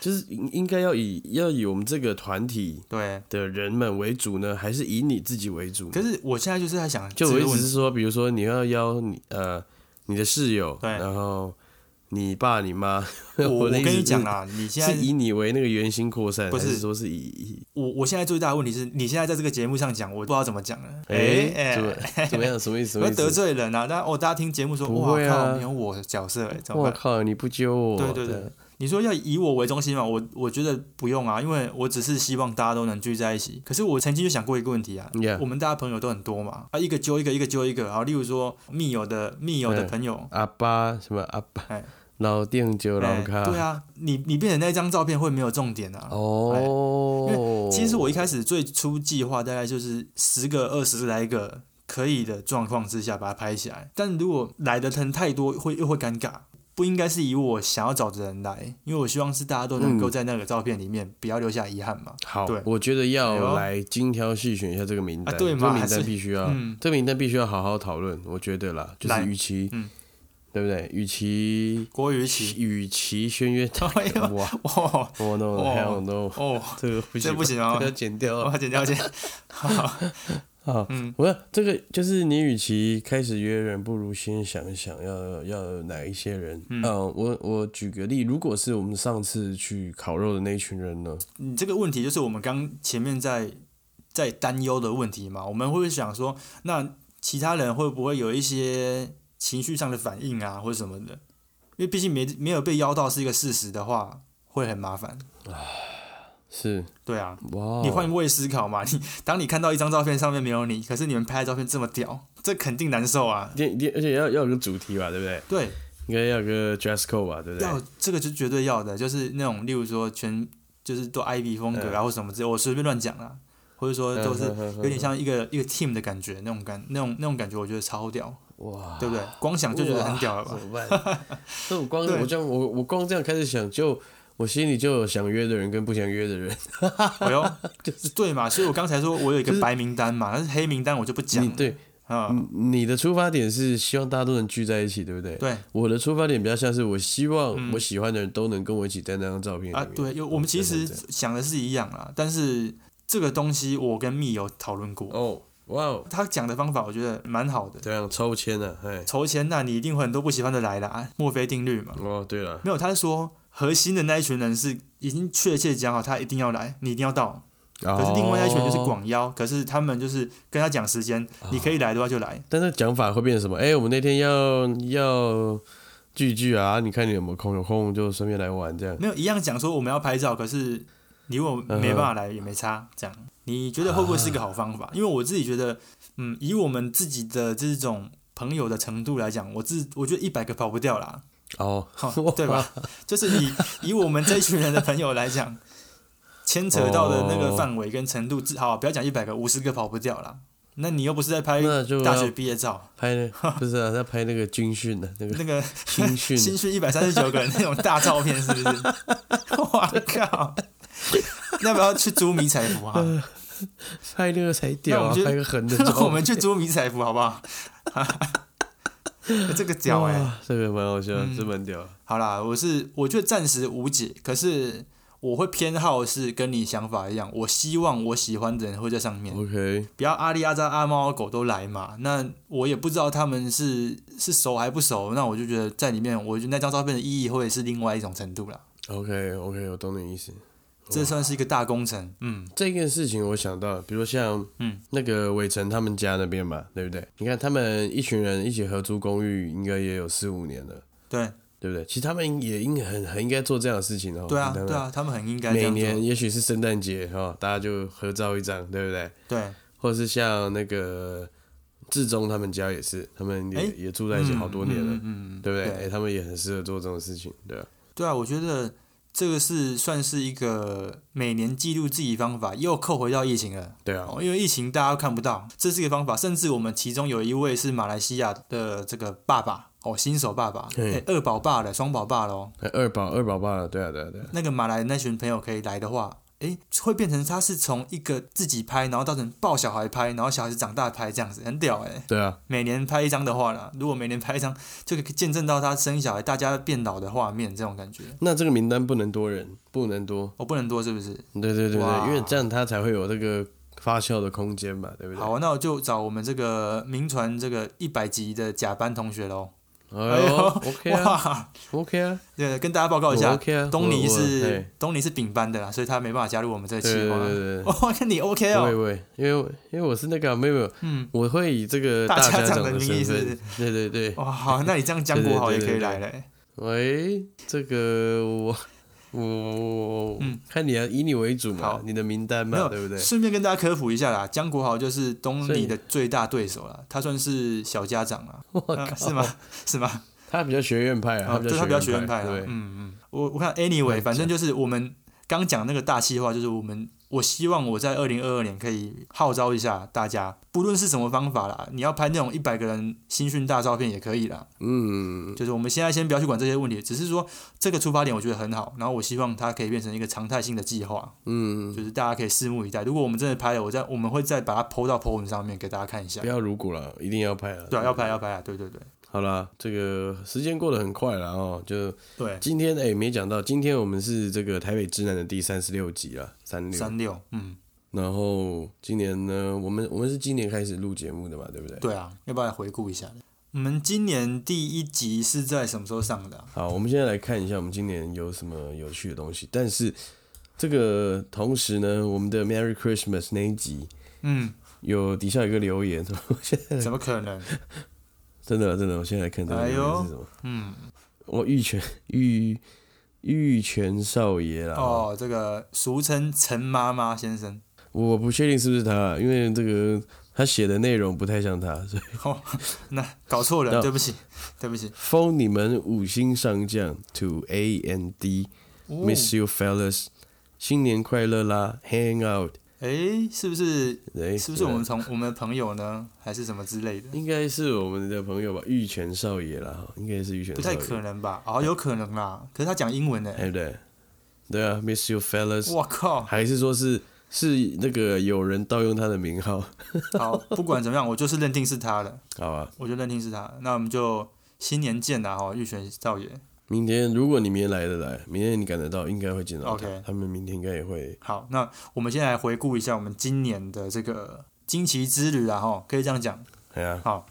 就是应应该要以要以我们这个团体
对，
的人们为主呢，还是以你自己为主呢？
可是我现在就是在想这
就
个
我
问
意
题，
思是说，比如说你要邀你呃你的室友，
对
然后你爸你妈，
我我
[LAUGHS] 我的意思
跟你
是
讲啦，你现在
是以你为那个圆心扩散，
不是
还是说是以以
我我现在最大的问题是你现在在这个节目上讲，我不知道怎么讲了。
哎、
哎
怎么怎么样？什么意思？什
我
么
要
意
得
思？
罪人啊！那我大家听节目说，
不
哇
会啊
靠，没有我的角色哎、怎么
我
办？
靠，你不揪我？
对对对你说要以我为中心嘛？我我觉得不用啊，因为我只是希望大家都能聚在一起。可是我曾经就想过一个问题啊
Yeah
我们大家朋友都很多嘛，啊，一个揪一个，一个揪一个，啊，例如说密友的密友的
嗯
朋友，
阿巴什么阿巴
哎，
老店酒老
哎
咖，
对啊，你你变成那张照片会没有重点啊。
哦，
哎其实我一开始最初计划大概就是十个、二十来个可以的状况之下把它拍起来，但如果来的人太多，会又会尴尬。不应该是以我想要找的人来，因为我希望是大家都能够在那个照片里面不要留下遗憾嘛。
好
对，
我觉得
哎呦
要来精挑细选一下这个名单，
啊对嘛
这个名
还是
单必须要，
嗯
这个名单必须要好好讨论。我觉得啦，就
来
是与其，
嗯
对不对？与其
郭雨
[LAUGHS]
琦，
与其
[LAUGHS]
宣约，
哎呦
哇，
哦
我 no
哦
hell no，
哦，
这个不行，
这不行哦
[LAUGHS] 这个要剪掉
我
啊
要剪掉剪。好，
啊！
嗯
我说这个就是你，与其开始约人，不如先想一想要要有哪一些人。嗯，我我举个例，如果是我们上次去烤肉的那一群人呢？
你这个问题就是我们刚前面在在担忧的问题嘛，我们会想说，那其他人会不会有一些情绪上的反应啊，或者什么的？因为毕竟没没有被邀到是一个事实的话，会很麻烦。
是
对啊，
哇，
你换位思考嘛，你当你看到一张照片上面没有你，可是你们拍的照片这么屌，这肯定难受啊。
一定一定，而且要要有个主题吧，对不对？
对，
应该要有个 dress code 吧，对不对？
要这个就绝对要的，就是那种例如说全就是都 IB 风格啊，或什么之类，我随便乱讲啦，或者说都是有点像一个一个 team 的感觉，那种感那种那种感觉，我觉得超屌，
哇，
对不对？光想就觉得很屌了吧
怎？么办？ [LAUGHS] 那我光
对
我这样，我我光这样开始想，就我心里就有想约的人跟不想约的人。
哎呦，对嘛，所以我刚才说我有一个白名单嘛，但是黑名单我就不讲
你
了。
对，
啊，
你你的出发点是希望大家都能聚在一起，对不对？
对啊嗯
我的出发点比较像是我希望我喜欢的人都能跟我一起在那张照片里面。
啊，对，有我们其实
这样
想的是一样啦，但是这个东西我跟密友讨论过，
哦，哇哦，
他讲的方法我觉得蛮好的。
这样抽签啊，哎，
筹钱那你一定会很多不喜欢的来啦，啊墨菲定律嘛。
哦，对了，
没有，他是说核心的那一群人是已经确切讲好，他一定要来，你一定要到。可是另外那一群就是
哦，
广邀，可是他们就是跟他讲时间，你可以来的话就来。
但是讲法会变成什么？哎，我们那天要要聚一聚啊，你看你有没有空？有空就顺便来玩这样。
没有一样讲说我们要拍照，可是你如果没办法来也没差，这样你觉得会不会是一个好方法？因为我自己觉得，嗯，以我们自己的这种朋友的程度来讲，我自我觉得一百个跑不掉啦，
哦， [LAUGHS]
哈 [LAUGHS] 对吧？就是以以我们这一群人的朋友来讲，牵扯到的那个范围跟程度，至好不要讲一百个，五十个跑不掉啦。那你又不是在拍
那就
大学
要
毕业照，
拍那不是啊，在拍那个军训啊的那
那
个
个
军
新
[LAUGHS] 训，
训一百三十九个人那种大照片，是不是？哇靠！要不要去租迷彩服啊？
拍那个才屌
那我
啊，
们就
拍个横 [LAUGHS] 的
那
照。
[LAUGHS] 我们去租迷彩服好不好？ [LAUGHS] 这个屌哎、
[LAUGHS] 哇嗯这个蛮好笑，这蛮屌。
好啦，我是我觉得暂时无解，可是我会偏好是跟你想法一样，我希望我喜欢的人会在上面，
OK，
不要阿里阿扎阿猫阿狗都来嘛。那我也不知道他们是是熟还不熟，那我就觉得在里面，我觉得那张照片的意义会是另外一种程度啦。
OK OK，我懂你意思。
这算是一个大工程，嗯，
这件事情我想到，比如像
嗯
那个伟成他们家那边嘛，对不对？你看他们一群人一起合租公寓，应该也有四五年了，
对
对不对？其实他们也应该很很应该做这样的事情哦。
对啊
你看
对
他们
啊，他们很应该这
每
样
年
做，
也许是圣诞节哈、哦，大家就合照一张，对不对？
对
或是像那个志忠他们家也是，他们也、
哎
也住在一起好多年了，
嗯嗯嗯嗯
对不对？
对
哎、他们也很适合做这种事情，对吧、
对啊，我觉得这个是算是一个每年记录自己方法，又扣回到疫情了。
对啊，
哦，因为疫情大家看不到，这是一个方法。甚至我们其中有一位是马来西亚的这个爸爸，哦，新手爸爸，
嗯
哎，二宝爸了，双宝爸喽。
哎二宝二宝爸了，对啊，对啊，对啊，
那个马来那群朋友可以来的话，哎，会变成他是从一个自己拍，然后到成抱小孩拍，然后小孩子长大拍这样子，很屌哎、
对啊，
每年拍一张的话啦，如果每年拍一张，就可以见证到他生小孩、大家变老的画面，这种感觉。哦
那这个名单不能多人，不能多，
我、不能多是不是？
对对对
哇
对，因为这样它才会有这个发酵的空间嘛，对不对？
好，那我就找我们这个名传这个一百集的甲班同学喽。
哎
哎
呦
呦
，OK
[LAUGHS]
啊
哇，
，OK 啊，
对，跟大家报告一
我
下，
OK 啊，
东尼
我我
是
哎
东尼是丙班的啦，所以他没办法加入我们这个
对
企
对
划。
对对对。
哇，那你 OK
不
[LAUGHS]
会
哦？
不会，因为我因为我是那个啊没有没有，
嗯，
我会以这个
大家
家
长
长
的名
身
义是不
份，对对对，
哇，好，那你这样江国豪也可以来了。
喂，这个我 [LAUGHS] 我我我
嗯
看你啊，以你为主嘛
好，
你的名单
没
嘛，
有
对不对？
顺便跟大家科普一下啦，江国豪就是东
所以
尼的最大对手啦，他算是小家长啦，
[LAUGHS] 我
啊是吗？是吗？ [LAUGHS]
他比较学院派啊，
啊，对他比较学院派啊
对，
嗯嗯，我我看 anyway，反正就是我们刚讲那个大计划，就是我们我希望我在二零二二年可以号召一下大家，不论是什么方法啦，你要拍那种一百个人新训大照片也可以啦。
嗯，
就是我们现在先不要去管这些问题，只是说这个出发点我觉得很好，然后我希望它可以变成一个常态性的计划，嗯，就是大家可以拭目以待。如果我们真的拍了，我再我们会再把它 PO 到 PO 文上面给大家看一下
不。要如骨了，一定要拍了。
对啊，要拍要拍啊，对对对
好啦，这个时间过得很快了哦，就
对，
今天哎、没讲到，今天我们是这个台北之南的第三十六集啦，三六。
三六，嗯，
然后今年呢，我们我们是今年开始录节目的嘛，对不对？
对啊，要不要来回顾一下？我们今年第一集是在什么时候上的啊、
好，我们现在来看一下我们今年有什么有趣的东西。但是这个同时呢，我们的 Merry Christmas 那一集
嗯，
有底下有一个留言， [LAUGHS] 我现在
怎么可能？
真的真啊的，我现在来看这个
哎
留言是什么。
嗯，
我玉泉玉玉泉少爷啦，
哦，这个俗称陈妈妈先生，
我不确定是不是他，啊因为这个他写的内容不太像他，所以
哦，那搞错人，
那
对不起， [LAUGHS] 对不起。
封你们五星上将 to A and D、
哦
miss you fellas，新年快乐啦，hang out，
诶，是不是
哎，
是不是我们
对
从我们的朋友呢，还是什么之类的？
应该是我们的朋友吧，玉泉少爷啦，哈应该是玉泉
不
少
太
爷，
可能吧？哦，有可能啦。可是他讲英文呢。
哎不对，对啊，miss you fellas，
我靠！
还是说是是那个有人盗用他的名号， [LAUGHS]
好，不管怎么样，我就是认定是他了，
好吧。
我就认定是他。那我们就新年见啦！哈，玉泉少爷。
明天如果你明天来得来，明天你赶得到，应该会见到他。
OK
他们明天应该也会
好，那我们先来回顾一下我们今年的这个惊奇之旅啦，哈，可以这样讲。
哎呀、
好，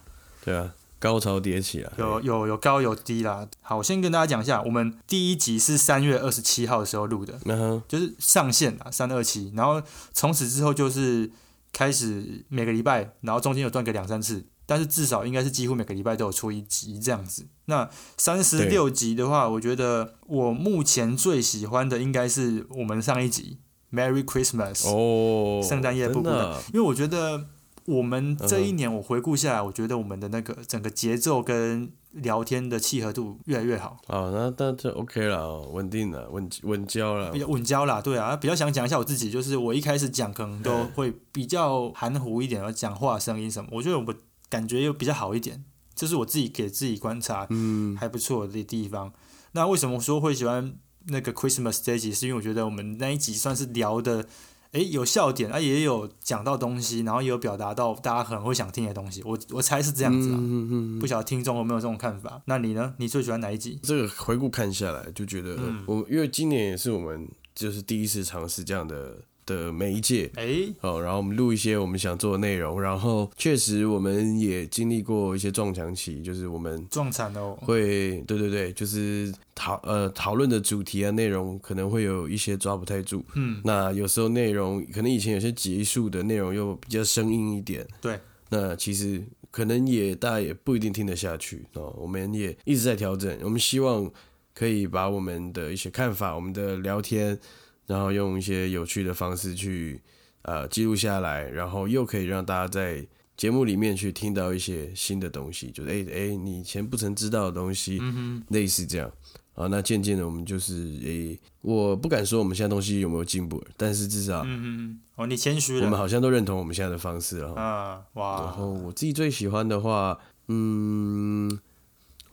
对啊，高潮迭起啊，
有有有高有低啦。好，我先跟大家讲一下，我们第一集是三月二十七号的时候录的，
然后
就是上线啦，三二七。然后从此之后就是开始每个礼拜，然后中间有断个两三次，但是至少应该是几乎每个礼拜都有出一集这样子。那三十六集的话，我觉得我目前最喜欢的应该是我们上一集《Merry Christmas》
哦，
圣诞夜步
真
步
的啊
因为我觉得我们这一
嗯
年，我回顾下来，我觉得我们的那个整个节奏跟聊天的契合度越来越好，
哦，那那就 OK 了哦，稳定了，稳稳交了
比，较稳交啦。对啊，比较想讲一下我自己，就是我一开始讲可能都
嗯
会比较含糊一点，然后讲话声音什么，我觉得我感觉又比较好一点，这是我自己给自己观察
嗯，
还不错的地方。那为什么说会喜欢那个 Christmas 这一集？是因为我觉得我们那一集算是聊的，诶，有笑点，啊，也有讲到东西，然后也有表达到大家可能会想听的东西。我我猜是这
这
样子啊，
嗯嗯嗯
不晓得听众有没有这种看法？那你呢？你最喜欢哪一集？
这个回顾看下来，就觉得、
嗯
我因为今年也是我们就是第一次尝试这样的的媒介，
诶，
哦，然后我们录一些我们想做的内容，然后确实我们也经历过一些撞墙期，就是我们
撞惨了哦！
会，对对对，就是讨呃讨论的主题啊内容可能会有一些抓不太住，
嗯，
那有时候内容可能以前有些集数的内容又比较生硬一点，
对，
那其实可能也大家也不一定听得下去哦，我们也一直在调整，我们希望可以把我们的一些看法、我们的聊天，然后用一些有趣的方式去呃记录下来，然后又可以让大家在。节目里面去听到一些新的东西，就是哎哎、诶你以前不曾知道的东西，
嗯
类似这样啊。那渐渐的，我们就是诶、我不敢说我们现在东西有没有进步，但是至少
哼，嗯哼，哦，你谦虚
我们
了
好像都认同我们现在的方式了。哦
啊！
然后
哇，
我自己最喜欢的话，嗯，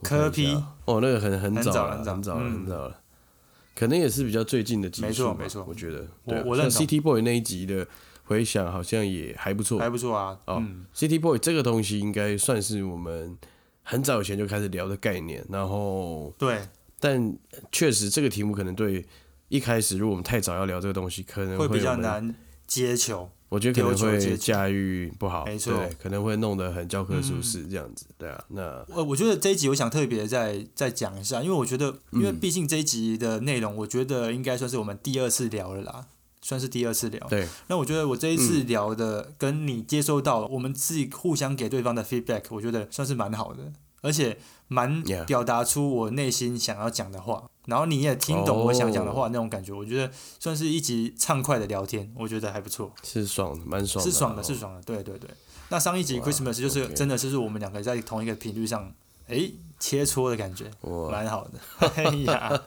我看一
科批
下哦，那个很很
很
早
早
了，
很早
很早了，
嗯
很早了。可能也是比较最近的集数吧，
没错没错
我觉得，
我
对啊
我
像
认同
City Boy 那一集的回响好像也还不错
还不错啊。
哦
嗯，
City Boy 这个东西应该算是我们很早以前就开始聊的概念，然后
对，
但确实这个题目可能对一开始，如果我们太早要聊这个东西，可能
会比较
我们，
难接球。
我觉得可能
丢球接球
会驾驭不好，
没错嗯
对，可能会弄得很教科书式这样子，对啊，那
呃，我觉得这一集我想特别再再讲一下，因为我觉得，
嗯
因为毕竟这一集的内容，我觉得应该算是我们第二次聊了啦，算是第二次聊。
对，
那我觉得我这一次
嗯
聊的，跟你接收到我们自己互相给对方的 feedback，我觉得算是蛮好的，而且蛮
Yeah
表达出我内心想要讲的话，然后你也听懂我想讲的
哦
话那种感觉，我觉得算是一集畅快的聊天，我觉得还不错。
是爽的，蛮爽的，
是爽的，
哦
是爽的，对对对。那上一集
哇
Christmas 就是
OK
真的，就是我们两个在同一个频率上诶，切磋的感觉，
哦哇，
蛮好的。 [LAUGHS] 哎呀，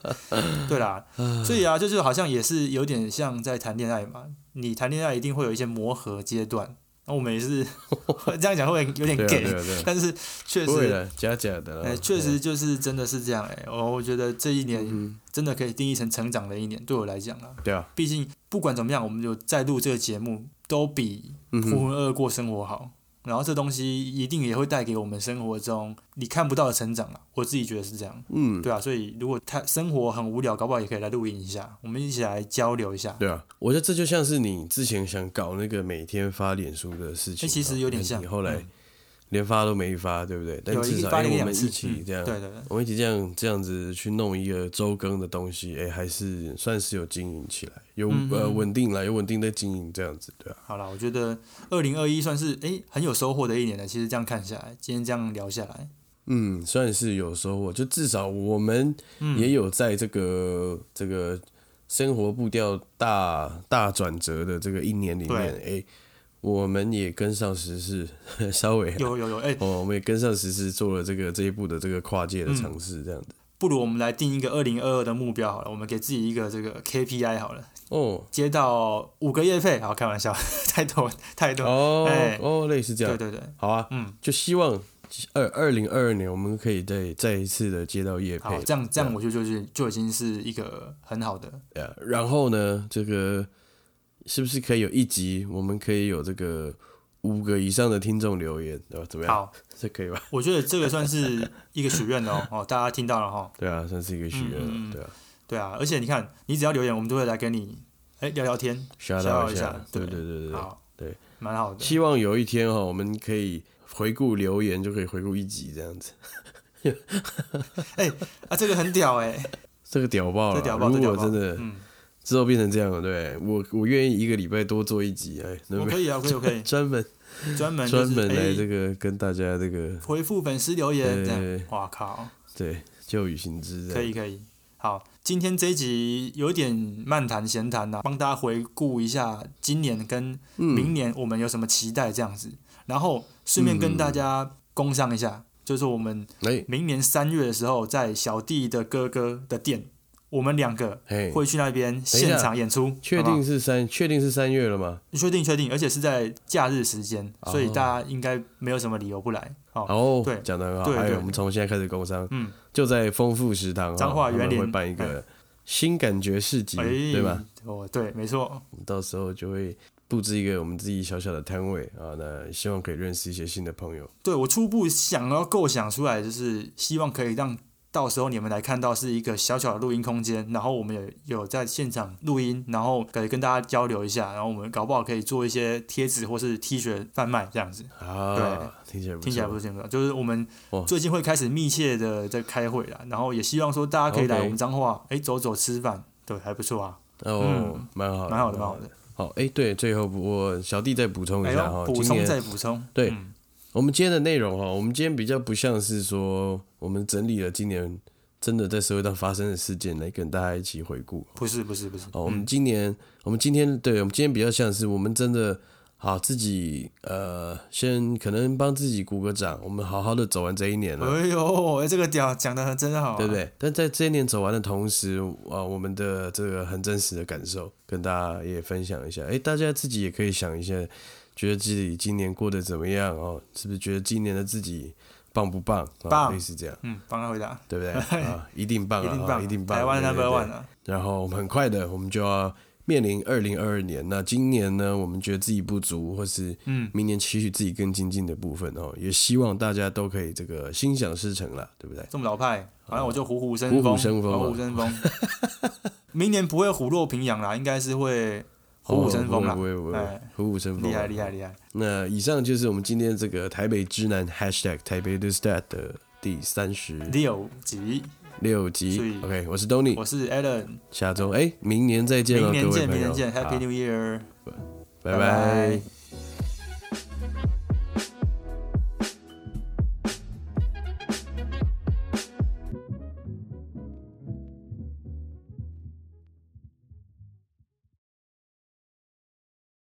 对啦，所以啊，就是好像也是有点像在谈恋爱嘛。你谈恋爱一定会有一些磨合阶段，那我们也是 [LAUGHS] 这样讲会有点
对啊
gay，、
对啊对啊，
[LAUGHS] 但是确
不会
实，
的，嗯假假的啦
哎，，确实就是真的是这样哎、我我觉得这一年
嗯，
真的可以定义成成长的一年，对我来讲啊，
对啊，
毕竟不管怎么样，我们有在录这个节目，都比
嗯
浑
哼，
浑噩噩过生活好。然后这东西一定也会带给我们生活中你看不到的成长啊，我自己觉得是这样。
嗯，
对啊，所以如果他生活很无聊，搞不好也可以来录音一下，我们一起来交流一下。
对啊，我觉得这就像是你之前想搞那个每天发脸书的事情，
哎其实有点像
你后来
嗯
连发都没发，对不对？但
有
至
一
少
发了
哎
一
我
两
们
次
一起
嗯
这样，
对对对，
我们一起这样这样子去弄一个周更的东西，哎、还是算是有经营起来，有、
嗯
呃
嗯
稳定了，有稳定的经营这样子，对啊，
好了，我觉得二零二一算是诶很有收获的一年了。其实这样看下来，今天这样聊下
[LAUGHS]
来，
嗯，算是有收获，就至少我们
嗯
也有在这个、这个生活步调大大转折的这个一年里面，哎、我们也跟上时事， [LAUGHS] 稍微啊、
有有哎有，诶，
哦，我们也跟上时事做了这个这一步的这个跨界的尝试，这样子。
不如我们来定一个二零二二的目标好了，我们给自己一个这个 KPI 好了，
哦
接到五个月费，好开玩笑， [LAUGHS] 太多太多，
哦、
哎
哦，类似这样
对，对对，
好啊，
嗯，
就希望二二零二二年我们可以再再一次的接到业
好，
配，
这样这样我就就是就已经是一个很好的，
对啊然后呢，这个是不是可以有一集，我们可以有这个五个以上的听众留言，对吧？怎么样？
好，
这可以吧？ [LAUGHS]
我觉得这个算是一个许愿哦， [LAUGHS] 哦，大家听到了哈、
对啊，算是一个许愿
嗯嗯
了，
嗯
对啊，
对啊，而且你看，你只要留言，我们都会来跟你哎聊聊天，
吓
到
到一
下
下，，对
对
对对对，
好，
对，
蛮好的。
希望有一天哈，我们可以回顾留言，就可以回顾一集这样子。
啊，这个很屌
[LAUGHS]
哎、
这个屌爆
这
了！
屌爆，这
如
屌
果
爆，
真的
嗯，
之后变成这样了，对我我愿意一个礼拜多做一集，哎，能
我
不能
可以啊，我可以，我可以
[LAUGHS] 专门
专门就
专
是
门来
哎
这个跟大家这个
回复粉丝留言这
对
样，哇靠，
对旧雨行之这样
可以可以。好，今天这一集有点漫谈闲谈呐、帮大家回顾一下今年跟明年我们有什么期待这样子，然后顺便跟大家工商一下，就是我们
哎
明年三月的时候，在小弟的哥哥的店，我们两个
嘿，
会去那边
等
现
一下
场演出，
确
好不好
定是三确定是三月了吗？
确定确定，而且是在假日时间，
哦
所以大家应该没有什么理由不来。哦，
哦
对，
讲的很好，
对
还有
对
我们从现在开始工商，
嗯，
就在丰富食堂哦，
彰化
他们
园林
会办一个新感觉市集，
哎，
对吧？？
哦，对，没错，
我们到时候就会布置一个我们自己小小的摊位啊，那希望可以认识一些新的朋友。
对我初步想要构想出来，就是希望可以让到时候你们来看到是一个小小的录音空间，然后我们有有在现场录音，然后可以跟大家交流一下，然后我们搞不好可以做一些贴纸或是 T 恤贩卖这样子。
啊，听起来不错
听起来不是这样，就是我们
哇
最近会开始密切的在开会啦，然后也希望说大家可以来
OK
我们彰化，哎、走走吃饭，对，还不错啊，
哦
嗯，
蛮好，
蛮好的，蛮好。的。
好，哎，对，最后我小弟再补充
哎
一下哈
呦，，补
今
充
年
再补充，
对
嗯
我们今天的内容哈，我们今天比较不像是说我们整理了今年真的在社会上发生的事件来跟大家一起回顾
不是不是不是，
哦。我们今年，我们今天对，我们今天比较像是我们真的好自己呃，先可能帮自己鼓个掌，我们好好的走完这一年了，
哎呦，哎这个屌讲的真好、啊
对不？对？但在这一年走完的同时，啊、我们的这个很真实的感受跟大家也分享一下，哎，大家自己也可以想一下，觉得自己今年过得怎么样哦？是不是觉得今年的自己？棒不棒？啊
棒
类似这样。
嗯，帮他回答，
对
[LAUGHS]
不对？啊，一定棒
一
啊，
定
啊
棒，
一定棒，
台湾
对
number。
对
one
对
啊，
然后我们很快的，我们就要面临二零二二年。那今年呢，我们觉得自己不足，或是
嗯，
明年期许自己更精进的部分哦，也希望大家都可以这个心想事成啦，对不对？
这么老派，反正我就虎虎生
啊虎
风，
虎生风啊
虎虎生风。
[LAUGHS]
明年不会虎落平阳啦，应该是会虎虎生风啦
哦不，会不会不会
哎，
虎虎生风，啊
厉害厉害。厉害。
那以上就是我们今天这个台北之南 #hashtag 台北的 stat 的第三十
六集，
六
所
集
以。
OK，我是 Tony，
我是 Alan。
下周哎，明年再见
明
喽，
年
各位
见，
朋
明
友
年见，Happy New Year，
好拜拜。